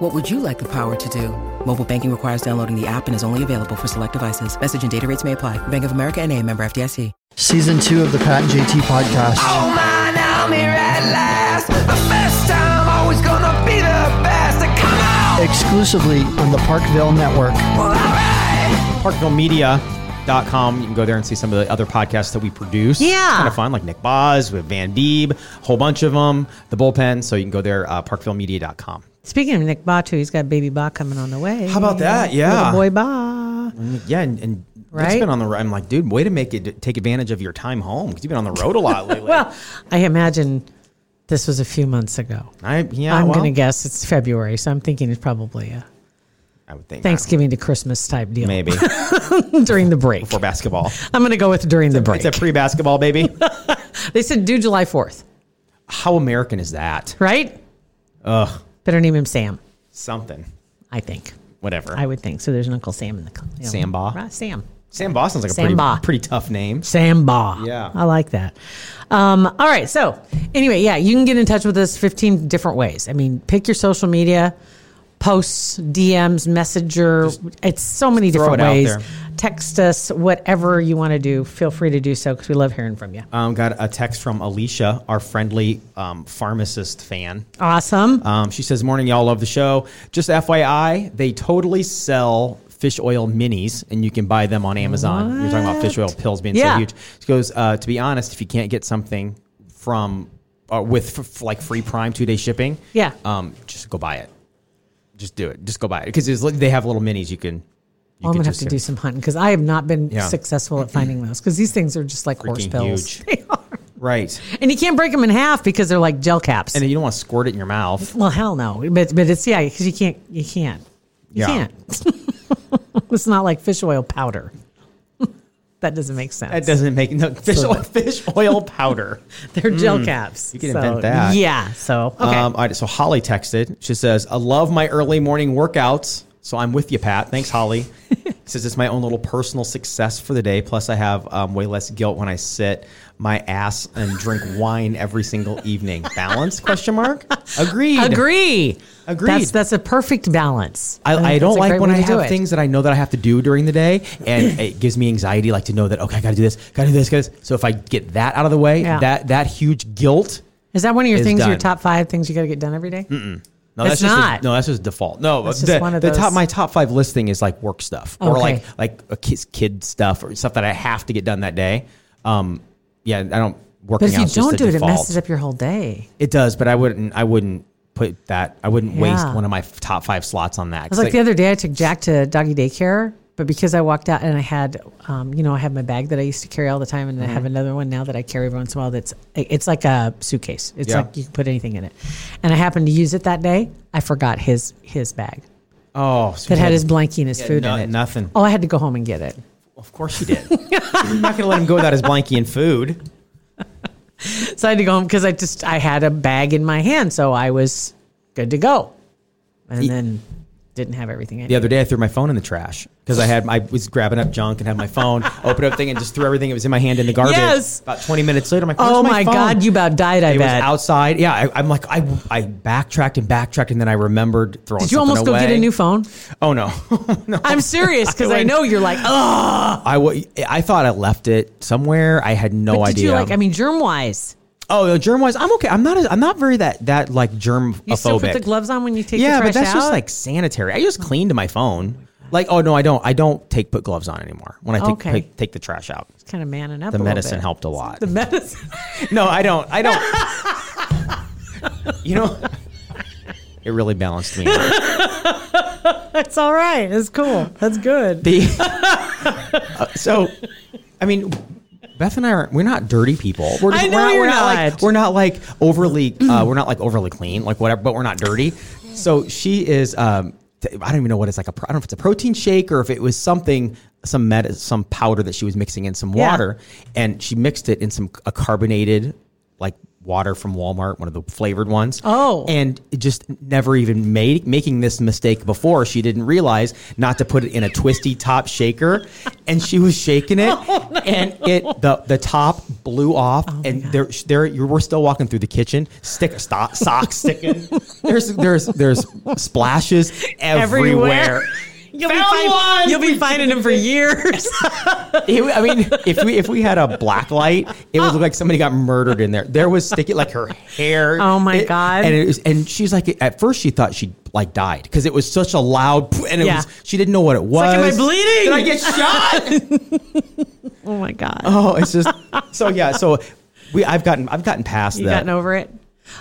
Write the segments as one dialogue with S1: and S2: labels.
S1: What would you like the power to do? Mobile banking requires downloading the app and is only available for select devices. Message and data rates may apply. Bank of America and a member FDIC.
S2: Season 2 of the Pat and JT podcast.
S3: Oh man, I'm here at last. The best time, always gonna be the best. Come on!
S2: Exclusively on the Parkville Network.
S3: Well, alright!
S4: parkvillemedia.com. You can go there and see some of the other podcasts that we produce.
S5: Yeah.
S4: kind of fun, like Nick Boz, we have Van Deeb, a whole bunch of them, the bullpen. So you can go there, uh, parkvillemedia.com.
S5: Speaking of Nick Batu, he's got baby Ba coming on the way.
S4: How about that? Yeah.
S5: Little boy Ba.
S4: Yeah, and, and it's
S5: Right?
S4: been on the. ro- I'm like, dude, way to make it take advantage of your time home because you've been on the road a lot lately.
S5: Well, I imagine this was a few months ago.
S4: I, yeah,
S5: I'm
S4: well,
S5: going to guess it's February, so I'm thinking it's probably a
S4: I would think
S5: Thanksgiving to Christmas type deal.
S4: maybe
S5: during the break.
S4: for basketball.
S5: I'm going to go with during the break.
S4: It's a pre-basketball baby.
S5: they said due July 4th,
S4: How American is that?
S5: right? Ugh. Better name him Sam,
S4: Something,
S5: I think.
S4: whatever.
S5: I would think. So there's an Uncle Sam in the company.
S4: Sam Ba?
S5: Right, Sam.
S4: Sam Ba sounds like a
S5: Sam
S4: pretty,
S5: Ba.
S4: pretty tough name.
S5: Samba.
S4: Yeah.
S5: I like that. Um, all right. So, anyway, yeah, you can get in touch with us 15 different ways. I mean, pick your social media, posts, DMs, messenger. It's so many
S4: throw
S5: different
S4: it out
S5: ways.
S4: there.
S5: Text us, whatever you want to do. Feel free to do so because we love hearing from you.
S4: Um, got a text from Alicia, our friendly um, pharmacist fan.
S5: Awesome.
S4: Um, she says, "Morning, y'all. Love the show. Just FYI, they totally sell fish oil minis, and you can buy them on Amazon. You're talking about fish oil pills being
S5: Yeah.
S4: so huge. She goes, uh, to be honest, if you can't get something from uh, with f- f- like free Prime two day shipping,
S5: Yeah.
S4: um, just go buy it. Just do it. Just go buy it because they have little minis you can. You
S5: Well, I'm
S4: can
S5: gonna have
S4: just
S5: to do some hunting because I have not been
S4: Yeah.
S5: successful at finding those because these things are just like horse
S4: Freaking
S5: pills.
S4: huge.
S5: They are.
S4: right,
S5: And you can't break them in half because they're like gel caps.
S4: and then you don't want to squirt it in your mouth.
S5: Well, hell no. But but it's yeah, because you can't you can't you
S4: Yeah.
S5: can't. it's not like fish oil powder. that doesn't make sense.
S4: That doesn't make no fish
S5: So-
S4: oil, fish oil powder.
S5: They're gel caps.
S4: Mm. You can invent that.
S5: Yeah. So okay.
S4: Um, all right, so Holly texted. She says, I love my early morning workouts. So I'm with you, Pat. Thanks, Holly. says it's my own little personal success for the day. Plus, I have um, way less guilt when I sit my ass and drink wine every single evening. Balance? Question mark. Agreed.
S5: uh, Agree.
S4: Agreed.
S5: That's that's a perfect balance.
S4: I,
S5: think
S4: I
S5: that's
S4: don't
S5: a
S4: like
S5: great
S4: when
S5: way
S4: I
S5: to do
S4: have
S5: it.
S4: things that I know that I have to do during the day, and it gives me anxiety, like to know that okay, I got to do this, got to do this, got to this. So if I get that out of the way,
S5: Yeah.
S4: that that huge guilt
S5: Is that one of your
S4: is
S5: things? Your
S4: done.
S5: top five things you got to get done every day?
S4: No,
S5: That's
S4: that's, just
S5: not.
S4: A, no, that's just default. No,
S5: That's
S4: the,
S5: just one of
S4: the
S5: those-
S4: top my top five list thing is like work stuff or
S5: Okay.
S4: like like a kid's kid stuff or stuff that I have to get done that day. Um, yeah, I don't working
S5: But if
S4: out
S5: you
S4: is just
S5: don't
S4: the
S5: do it, it
S4: default.
S5: messes up your whole day.
S4: It does, but I wouldn't. I wouldn't put that. I wouldn't waste
S5: Yeah.
S4: one of my f- top five slots on that.
S5: I was like, the other day I took Jack to doggy daycare, but because I walked out and I had, um, you know, I have my bag that I used to carry all the time, and I
S4: Mm-hmm.
S5: have another one now that I carry every once in a while. That's it's like a suitcase. It's
S4: Yeah.
S5: like you can put anything in it. And I happened to use it that day. I forgot his his bag
S4: oh, so
S5: that
S4: you
S5: had his blankie and his
S4: yeah,
S5: food
S4: no-
S5: in it.
S4: Nothing.
S5: Oh, I had to go home and get it.
S4: Of course you did. You're not gonna let him go without his blankie and food.
S5: So I had to go home because I just I had a bag in my hand, so I was good to go, and then didn't have everything. I
S4: The other day, I threw my phone in the trash because I had I was grabbing up junk and had my phone, opened up thing, and just threw everything that was in my hand in the garbage.
S5: Yes.
S4: About twenty minutes later, I'm like,
S5: Oh
S4: "Where's
S5: my
S4: phone?"
S5: God, you about died, I
S4: it
S5: bet.
S4: was outside. Yeah, I, I'm like, I I backtracked and backtracked, and then I remembered throwing.
S5: Did you almost
S4: something
S5: go get
S4: away.
S5: a new phone?
S4: Oh no, no.
S5: I'm serious because I
S4: went-
S5: know you're like, oh,
S4: I, wa- I thought I left it somewhere. I had no
S5: but did
S4: idea.
S5: you like? I mean, germ wise,
S4: oh, no, germ wise, I'm okay. I'm not. A, I'm not very that that like germ.
S5: You still put the gloves on when you take
S4: yeah,
S5: the
S4: but
S5: trash
S4: that's
S5: out? Oh.
S4: just like sanitary. I just cleaned my phone. Like, oh no, I don't. I don't take put gloves on anymore when I take
S5: Okay.
S4: take, take the trash out.
S5: kind of manning up.
S4: The
S5: a little
S4: medicine
S5: bit.
S4: helped a lot.
S5: The medicine.
S4: no, I don't. I don't. you know, it really balanced me. out.
S5: that's all right. That's cool. That's good.
S4: The Uh, so, I mean, Beth and I aren't. We're not dirty people. We're
S5: I know
S4: we're
S5: you're
S4: we're
S5: not.
S4: like we're not like overly. Uh, we're not like overly clean, like whatever. But we're not dirty. So she is. Um, t- I don't even know what it's like. A, pro- I don't know if it's a protein shake or if it was something, some med, some powder that she was mixing in some
S5: Yeah.
S4: water, and she mixed it in some a carbonated like water from Walmart, one of the flavored ones.
S5: Oh.
S4: and it just never even made making this mistake before. She didn't realize not to put it in a twisty top shaker, and she was shaking it, and it the the top blew off, and there there you we're still walking through the kitchen, stick stock, socks sticking. there's there's there's splashes everywhere.
S5: You'll be,
S4: Found
S5: find-
S4: one!
S5: you'll be finding them for years.
S4: It- I mean, if we if we had a black light, it would look like somebody got murdered in there. There was sticky, like her hair.
S5: Oh, my
S4: It-
S5: God.
S4: And it was, and she's like, at first she thought she like died because it was such a loud, p- and it
S5: Yeah.
S4: was she didn't know what it was.
S5: like, am I bleeding?
S4: Did I get shot?
S5: oh my god.
S4: oh, it's just so yeah. So we, I've gotten, I've gotten past
S5: you
S4: that.
S5: gotten over it?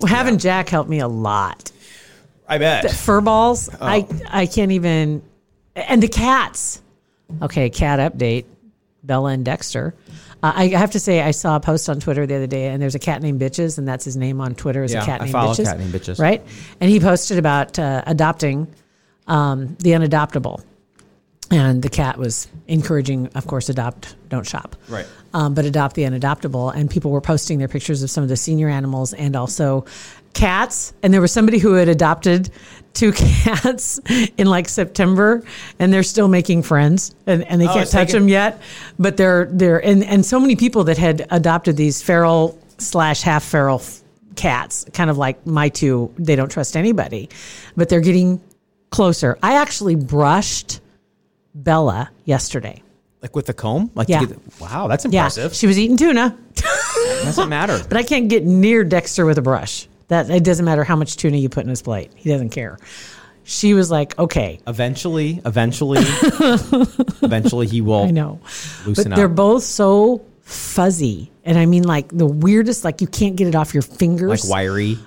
S5: Well, having Jack help me a lot.
S4: I bet.
S5: Fur balls,
S4: Oh.
S5: I I can't even. And the cats. Okay, cat update. Bella and Dexter. Uh, I have to say, I saw a post on Twitter the other day, and there's a cat named Bitches, and that's his name on Twitter is
S4: Yeah,
S5: a cat
S4: I
S5: named
S4: follow
S5: Bitches,
S4: Cat Named Bitches.
S5: right? And he posted about uh, adopting um, the unadoptable, and the cat was encouraging, of course, adopt, don't shop,
S4: Right.
S5: Um, but adopt the unadoptable, and people were posting their pictures of some of the senior animals and also cats. And there was somebody who had adopted two cats in like September, and they're still making friends, and, and they can't
S4: Oh, it's
S5: touch
S4: taken-
S5: them yet. But they're they're and and so many people that had adopted these feral slash half feral f- cats, kind of like my two, they don't trust anybody, but they're getting closer. I actually brushed Bella yesterday.
S4: Like with the comb, like to
S5: Yeah.
S4: get the- wow, that's
S5: Yeah,
S4: impressive.
S5: she was eating tuna,
S4: Doesn't matter.
S5: but I can't get near Dexter with a brush. That it doesn't matter how much tuna you put in his plate; he doesn't care. She was like, "Okay,
S4: Eventually, eventually, eventually, he will.
S5: I know.
S4: Loosen
S5: but they're
S4: up.
S5: both so fuzzy. And I mean like the weirdest, like you can't get it off your
S4: Like
S5: fingers.
S4: wiry.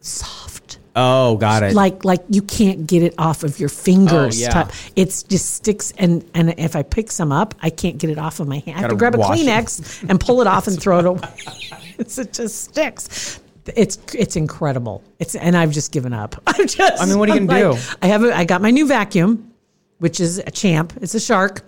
S5: Soft.
S4: Oh, got it.
S5: Like like you can't get it off of your fingers.
S4: Oh, yeah.
S5: type. It's just sticks and and if I pick some up, I can't get it off of my hand. I have
S4: Gotta
S5: to grab a
S4: wash it.
S5: Kleenex and pull it off and throw it away. It's- it just sticks. It's it's incredible. It's and I've just given up. I'm just.
S4: I mean, what are you
S5: I'm
S4: gonna
S5: like-
S4: do?
S5: I have a, I got my new vacuum, which is a champ. It's a shark,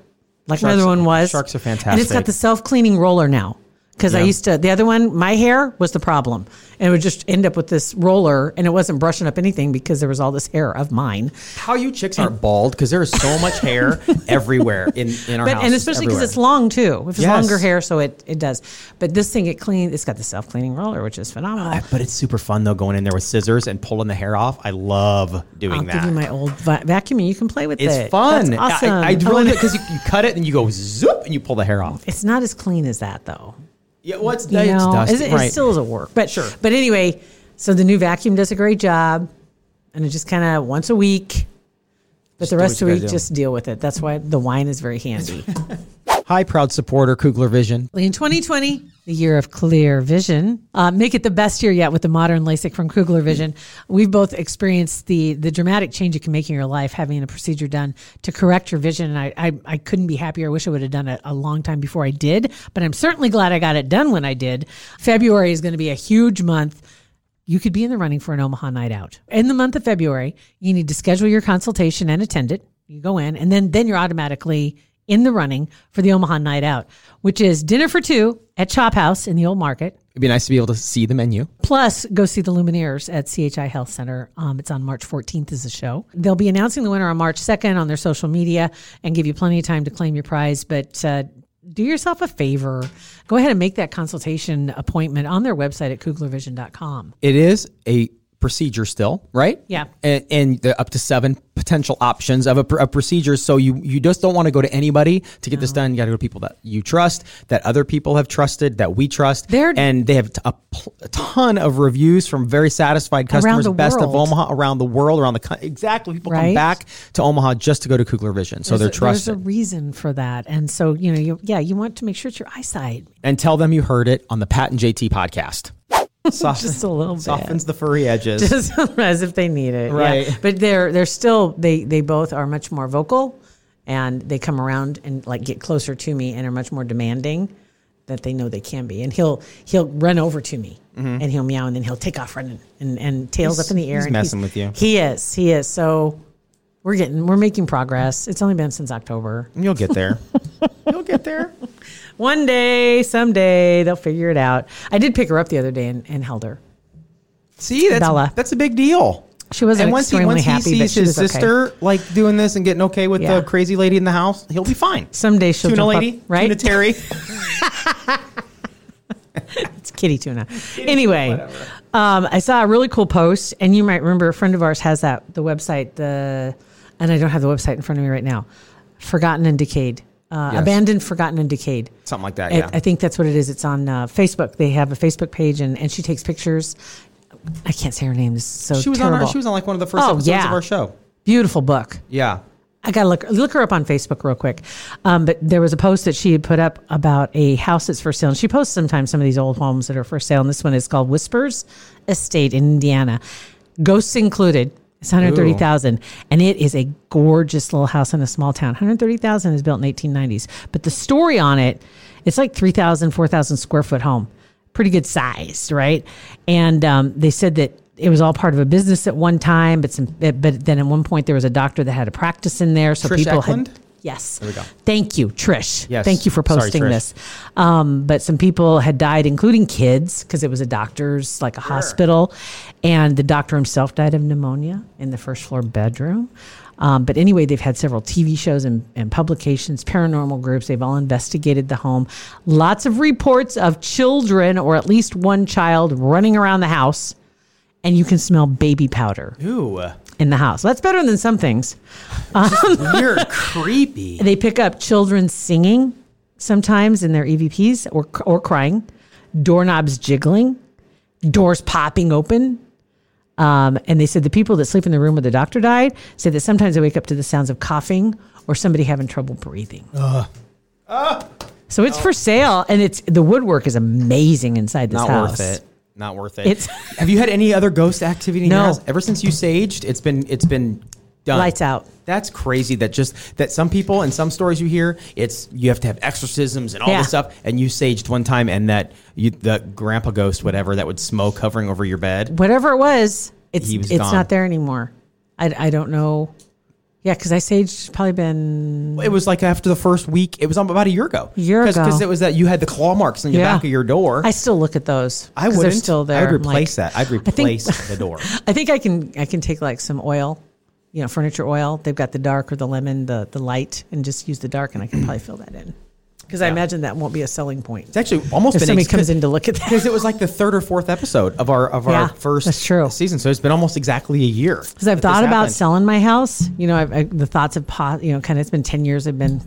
S5: like my
S4: Sharks-
S5: other one was.
S4: sharks are
S5: And it's got
S4: fantastic.
S5: the self cleaning roller now. Because I
S4: Yeah.
S5: used to, the other one, my hair was the problem. And it would just end up with this roller and it wasn't brushing up anything because there was all this hair of mine.
S4: How you chicks aren't bald because there is so much hair everywhere in in our
S5: But,
S4: house,
S5: and especially because it's
S4: everywhere.
S5: long too. If it's
S4: Yes.
S5: longer hair, so it, it does. But this thing, it clean, it's got the self cleaning roller, which is phenomenal.
S4: But it's super fun though, going in there with scissors and pulling the hair off. I love doing
S5: I'll
S4: that.
S5: give you my old va- vacuum and you can play with
S4: it's
S5: it.
S4: fun.
S5: That's awesome.
S4: I, I
S5: I
S4: really
S5: wanna-
S4: because you, you cut it and you go zoop and you pull the hair off.
S5: it's not as clean as that though.
S4: Yeah, what's
S5: you know,
S4: dusty,
S5: it, it
S4: right?
S5: still is a work, but
S4: Sure.
S5: But anyway, so the new vacuum does a great job, and it just kind of once a week. But the
S4: do
S5: rest
S4: what
S5: of
S4: you
S5: the
S4: gotta
S5: week,
S4: do.
S5: just deal with it. That's why the wine is very handy.
S4: Hi, proud supporter Kugler Vision.
S5: In 2020, the year of clear vision, uh, make it the best year yet with the modern LASIK from Kugler Vision. We've both experienced the the dramatic change it can make in your life having a procedure done to correct your vision. And I, I, I couldn't be happier. I wish I would have done it a long time before I did, but I'm certainly glad I got it done when I did. February is going to be a huge month you could be in the running for an Omaha night out. In the month of February, you need to schedule your consultation and attend it. You go in, and then then you're automatically in the running for the Omaha night out, which is dinner for two at Chop House in the Old Market.
S4: It'd be nice to be able to see the menu.
S5: Plus, go see the Lumineers at CHI Health Center. Um, it's on March 14th is the show. They'll be announcing the winner on March 2nd on their social media and give you plenty of time to claim your prize. But uh, do yourself a favor. Go ahead and make that consultation appointment on their website at kuglervision.com.
S4: It is a procedure still, right?
S5: Yeah.
S4: And, and there are up to seven potential options of a, pr- of procedures. So you, you just don't want to go to anybody to get this done. You got to go to people that you trust, that other people have trusted, that we trust.
S5: They're-
S4: and they have t- a, pl- a ton of reviews from very satisfied customers,
S5: the
S4: best of
S5: world.
S4: Omaha, around the world, around the country. Exactly. People come
S5: Right?
S4: back to Omaha just to go to Kugler Vision. So they're
S5: There's a-
S4: trusted.
S5: There's a reason for that, and so you know, you, yeah, you want to make sure it's your eyesight.
S4: and tell them you heard it on the Pat and JT podcast. Soften,
S5: Just a little bit.
S4: Softens the furry edges.
S5: Just as if they need it, yeah.
S4: Right.
S5: But they're they're still they they both are much more vocal, and they come around and like get closer to me and are much more demanding that they know they can be. And he'll he'll run over to me and he'll meow and then he'll take off running and and tails up in the
S4: Mm-hmm.
S5: air.
S4: he's
S5: and
S4: messing with you.
S5: He is. He is. So We're getting, we're making progress. It's only been since October.
S4: You'll get there. You'll get there.
S5: One day, someday, they'll figure it out. I did pick her up the other day and, and held her.
S4: See, that's
S5: Bella.
S4: that's a big deal.
S5: She wasn't
S4: and once he,
S5: extremely
S4: once he
S5: happy, but
S4: sees
S5: she
S4: his
S5: was okay.
S4: sister like doing this and getting okay with
S5: Yeah.
S4: the crazy lady in the house, he'll be fine.
S5: Someday she'll
S4: tuna
S5: jump
S4: lady,
S5: up, right?
S4: Tuna Terry.
S5: It's kitty tuna. anyway, um, I saw a really cool post, and you might remember a friend of ours has that the website the, and I don't have the website in front of me right now. Forgotten and decayed, uh,
S4: Yes.
S5: abandoned, forgotten and decayed.
S4: Something like that.
S5: I-
S4: Yeah.
S5: I think that's what it is. It's on uh, Facebook. They have a Facebook page, and, and she takes pictures. I can't say her name. This is so
S4: she was
S5: terrible.
S4: on. Our, she was on like one of the first
S5: Oh,
S4: episodes
S5: yeah.
S4: of our show.
S5: Beautiful book.
S4: Yeah.
S5: I gotta look look her up on Facebook real quick. Um, but there was a post that she had put up about a house that's for sale, and she posts sometimes some of these old homes that are for sale. And this one is called Whispers Estate in Indiana, ghosts included. It's one hundred thirty thousand, and it is a gorgeous little house in a small town. One hundred thirty thousand is built in eighteen nineties, but the story on it, it's like 3,000, 4,000 square foot home, pretty good size, right? And um, they said that it was all part of a business at one time, but some, but then at one point there was a doctor that had a practice in there, so
S4: Trish
S5: people
S4: Eklund?
S5: had. Yes. There
S4: we go.
S5: Thank you, Trish.
S4: Yes.
S5: Thank you for
S4: Sorry,
S5: posting
S4: Trish.
S5: this. Um, but some people had died, including kids, because it was a doctor's, like a hospital. And the doctor himself died of pneumonia in the first floor bedroom. Um, but anyway, they've had several TV shows and, and publications, paranormal groups. They've all investigated the home. Lots of reports of children, or at least one child, running around the house. And you can smell baby powder
S4: Ooh,
S5: in the house. That's better than some things.
S4: you're creepy.
S5: They pick up children singing sometimes in their EVPs or or crying, doorknobs jiggling, doors popping open. Um, and they said the people that sleep in the room where the doctor died say that sometimes they wake up to the sounds of coughing or somebody having trouble breathing. So it's for sale, and it's the woodwork is amazing inside this
S4: Not
S5: house.
S4: worth it. Not worth it.
S5: It's-
S4: Have you had any other ghost activity? in
S5: No.
S4: your house? Ever since you saged, it's been it's been done.
S5: Lights out.
S4: That's crazy. That just that some people and some stories you hear, it's you have to have exorcisms and all
S5: Yeah.
S4: this stuff. And you saged one time, and that you the grandpa ghost, whatever, that would smoke hovering over your bed.
S5: Whatever it was, it's
S4: He was
S5: it's
S4: gone.
S5: not there anymore. I, I don't know. Yeah, because I saged probably been
S4: It was like after the first week. It was about a year ago.
S5: Mm. Year ago.
S4: because it was that you had the claw marks on the back of your door.
S5: I still look at those.
S4: I
S5: 'cause
S4: wouldn't.
S5: They're still there.
S4: I would
S5: I'm like-
S4: replace that. I'd
S5: I think-
S4: replace the door.
S5: I think I can. I can take like some oil, you know, furniture oil. They've got the dark or the lemon, the the light, and just use the dark, and I can probably fill that in. Because I imagine that won't be a selling point.
S4: It's actually almost
S5: If
S4: been
S5: somebody
S4: ex-
S5: comes in to look at that.
S4: because it was like the third or fourth episode of our of
S5: Yeah,
S4: our first
S5: that's true.
S4: season. So it's been almost exactly a year.
S5: Because I've thought about selling my house. You know, I've, I, the thoughts of po You know, kind of. It's been ten years. I've been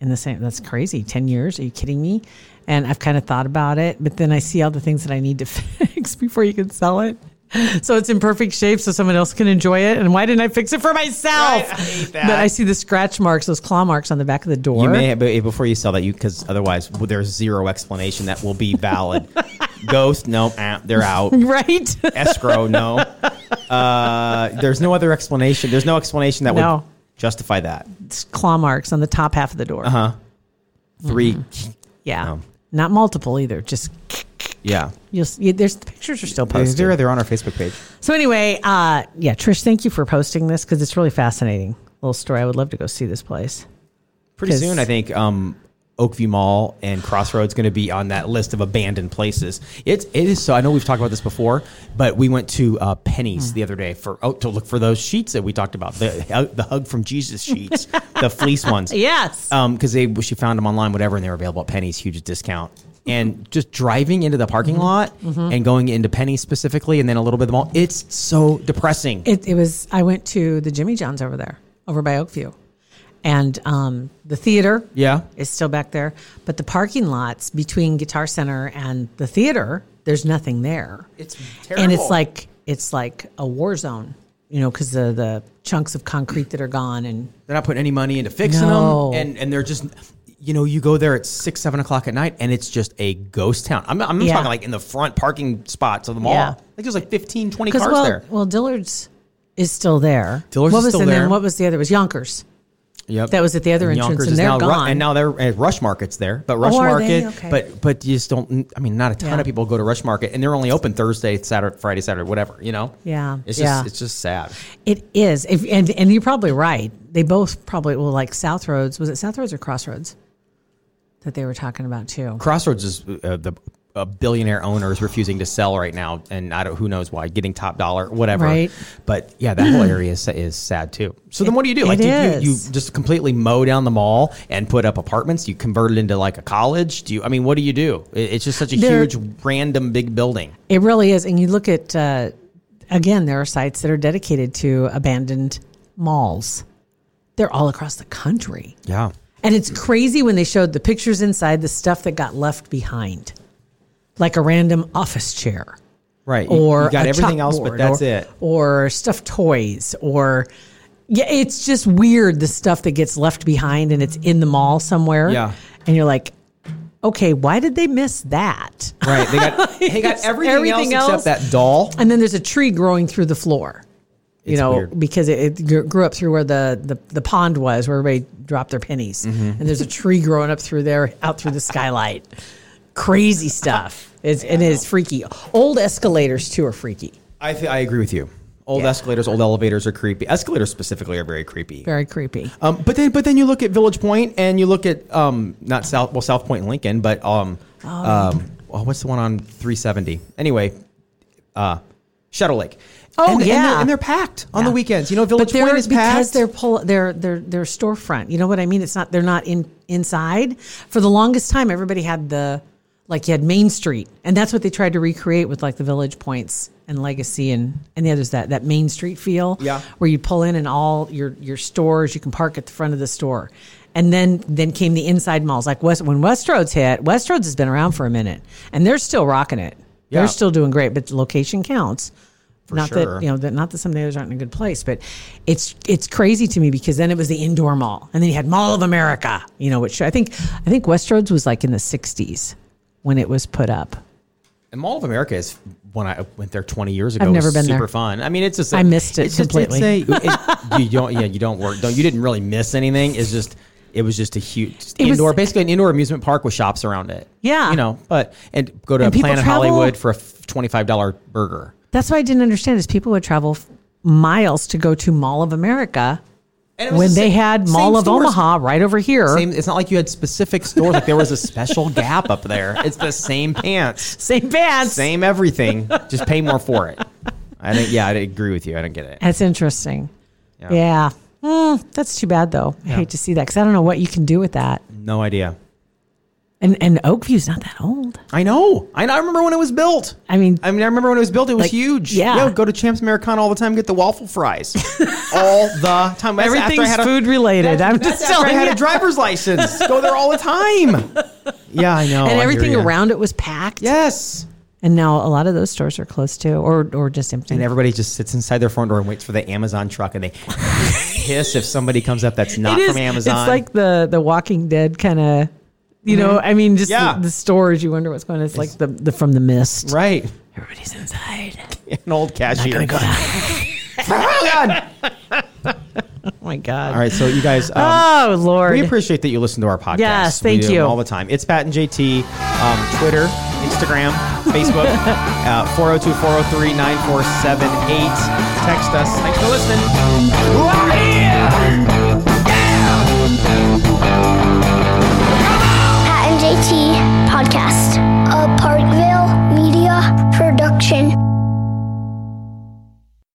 S5: in the same. That's crazy. Ten years? Are you kidding me? And I've kind of thought about it, but then I see all the things that I need to fix before you can sell it. So it's in perfect shape, so someone else can enjoy it. And why didn't I fix it for myself?
S4: Right, I hate that.
S5: But I see the scratch marks, those claw marks on the back of the door.
S4: You may have, but before you sell that, you because otherwise well, there's zero explanation that will be valid. Ghost, no, eh, they're out.
S5: right?
S4: Escrow, no. Uh, there's no other explanation. There's no explanation that
S5: No.
S4: would justify that.
S5: It's claw marks on the top half of the door. Uh-huh.
S4: 3
S5: Yeah,
S4: No.
S5: not multiple either. Just
S4: yeah.
S5: you'll. s- You, there's the pictures are still posted.
S4: They're, they're on our Facebook page.
S5: So anyway, uh, yeah, Trish, thank you for posting this because it's really fascinating little story. I would love to go see this place.
S4: Pretty
S5: 'Cause-
S4: soon, I think um, Oakview Mall and Crossroads going to be on that list of abandoned places. It's it is so. I know we've talked about this before, but we went to uh, Penny's the other day for oh, to look for those sheets that we talked about the the hug from Jesus sheets, the fleece ones.
S5: Yes,
S4: because they she found them online, whatever, and they were available at Penny's, huge discount. And just driving into the parking lot and going into Penny specifically, and then a little bit of the mall, it's so depressing.
S5: it, it was. I went to the Jimmy John's over there, over by Oakview, and um, the theater.
S4: Yeah.
S5: is still back there, but the parking lots between Guitar Center and the theater, there's nothing there.
S4: It's
S5: and it's
S4: terrible.
S5: like it's like a war zone, you know, because the the chunks of concrete that are gone and
S4: They're not putting any money into fixing
S5: No.
S4: them, and and they're just, you know, you go there at six, seven o'clock at night, and it's just a ghost town. I'm, I'm
S5: Yeah.
S4: talking like in the front parking spots of the mall.
S5: Yeah.
S4: Like there's like 15, 20
S5: because
S4: cars
S5: well,
S4: there.
S5: well, Dillard's is still there.
S4: Dillard's
S5: what
S4: is
S5: was
S4: still
S5: and
S4: there.
S5: Then what was the other? It was Yonkers.
S4: Yep.
S5: That was at the other entrance,
S4: Yonkers
S5: and
S4: is
S5: they're
S4: now Ru-
S5: gone.
S4: and now they're at Rush Market's there, but Rush
S5: Oh, are they?
S4: Market,
S5: Okay.
S4: but but you just don't. I mean, not a ton
S5: Yeah.
S4: of people go to Rush Market, and they're only open Thursday, Saturday, Friday, Saturday, whatever. You know.
S5: Yeah.
S4: It's just
S5: Yeah.
S4: it's just sad.
S5: It is, if, and and you're probably right. They both probably well, like South Roads. Was it South Roads or Crossroads that they were talking about too?
S4: Crossroads is uh, the a billionaire owner is refusing to sell right now, and I don't who knows why, getting top dollar, whatever.
S5: Right.
S4: But yeah, that whole area is, is sad too. So then, what do you do? Like,
S5: it
S4: do you, you
S5: is.
S4: just completely mow down the mall and put up apartments? You convert it into like a college? Do you? I mean, what do you do? It- it's just such a
S5: There-
S4: huge, random, big building.
S5: It really is, and you look at uh, again, there are sites that are dedicated to abandoned malls. They're all across the country,
S4: Yeah.
S5: and it's crazy when they showed the pictures inside the stuff that got left behind, like a random office chair.
S4: Right. You-
S5: or
S4: you got
S5: a
S4: everything else,
S5: chalkboard,
S4: but that's
S5: or,
S4: it.
S5: or stuffed toys, or yeah, it's just weird the stuff that gets left behind and it's in the mall somewhere.
S4: Yeah.
S5: and you're like, okay, why did they miss that?
S4: Right. They got they got
S5: It's
S4: everything,
S5: everything
S4: else,
S5: else.
S4: except that doll.
S5: And then there's a tree growing through the floor. You
S4: It's
S5: know,
S4: weird.
S5: because it, it gr- grew up through where the, the, the pond was, where everybody dropped their pennies.
S4: Mm-hmm.
S5: And there's a tree growing up through there, out through the skylight. Crazy stuff. It's, and it is freaky. Old escalators, too, are freaky.
S4: I th- I agree with you. Old
S5: Yeah.
S4: escalators, old elevators are creepy. Escalators specifically are very creepy.
S5: Very creepy.
S4: Um, but then, but then you look at Village Point and you look at um, not South, well South Point and Lincoln, but um, um, oh, what's the one on 370? Anyway, uh, Shadow Lake.
S5: Oh,
S4: and, and they're-
S5: yeah.
S4: and they're packed on
S5: Yeah.
S4: the weekends. You know, Village
S5: but they're,
S4: Point is
S5: because
S4: packed.
S5: they're pull they're they're they're storefront. You know what I mean? It's not they're not in inside. For the longest time, everybody had the like you had Main Street, and that's what they tried to recreate with like the Village Points and Legacy and and the others that that Main Street feel.
S4: Yeah.
S5: where you pull in and all your your stores, you can park at the front of the store. And then, then came the inside malls. Like West, when Westroads hit, Westroads has been around for a minute, and they're still rocking it.
S4: Yeah.
S5: They're still doing great, but location counts not
S4: sure.
S5: that you know that not that some of the others aren't in a good place, but it's it's crazy to me because then it was the indoor mall, and then you had Mall of America, you know, which I think I think Westroads was like in the '60s when it was put up.
S4: and Mall of America is when I went there 20 years ago.
S5: I've
S4: it was
S5: never been
S4: super
S5: there.
S4: fun. I mean, it's just
S5: I missed it
S4: it's just-
S5: completely.
S4: it's a- it- you don't, yeah, you don't work. Don't you didn't really miss anything. It's just. It was just a huge
S5: It was-
S4: indoor, basically an indoor amusement park with shops around it.
S5: Yeah.
S4: you know, but and go to
S5: And people
S4: Planet
S5: travel.
S4: Hollywood for a twenty five dollar burger.
S5: That's what I didn't understand is people would travel f- miles to go to Mall of America
S4: And it was
S5: when
S4: the
S5: they
S4: sa-
S5: had
S4: same
S5: Mall of
S4: stores.
S5: Omaha right over here.
S4: Same, it's not like you had specific stores. Like there was a special Gap up there. It's the same pants,
S5: Same bands.
S4: same everything. Just pay more for it. I think. Yeah, I agree with you. I don't get it.
S5: That's interesting.
S4: Yeah.
S5: Yeah. Hmm, that's too bad though. I hate to see that because I don't know what you can do with that.
S4: No idea.
S5: And and Oakview's not that old.
S4: I know. I, know. I remember when it was built.
S5: I mean,
S4: I mean, I remember when it was built. It was
S5: Like,
S4: huge.
S5: yeah.
S4: I would go to Champs Americana all the time. Get the waffle fries all the time. That's after I
S5: Everything's
S4: had a-
S5: food related. I'm
S4: that's
S5: just
S4: after I
S5: telling
S4: had
S5: you.
S4: a driver's license. Go there all the time. Yeah, I know. Oh, I
S5: and
S4: hear
S5: everything
S4: ya.
S5: around it was packed.
S4: Yes.
S5: And now a lot of those stores are closed too, or or just empty.
S4: And everybody just sits inside their front door and waits for the Amazon truck, and they hiss if somebody comes up that's not
S5: It is-
S4: from Amazon.
S5: It's like the the Walking Dead kind of. You know,
S4: Mm-hmm.
S5: I mean, just
S4: Yeah.
S5: the, the stores. You wonder what's going. on. It's, like the, the from the mist.
S4: right,
S5: Everybody's inside.
S4: an old cashier.
S5: Oh my god.
S4: All right, so you guys, um,
S5: Oh lord.
S4: we appreciate that you listen to our podcast.
S5: Yes,
S4: We
S5: thank
S4: do them
S5: you.
S4: all the time. It's Pat and JT, um, Twitter, Instagram, Facebook, uh, 402 403 9478. Text us. Thanks for listening.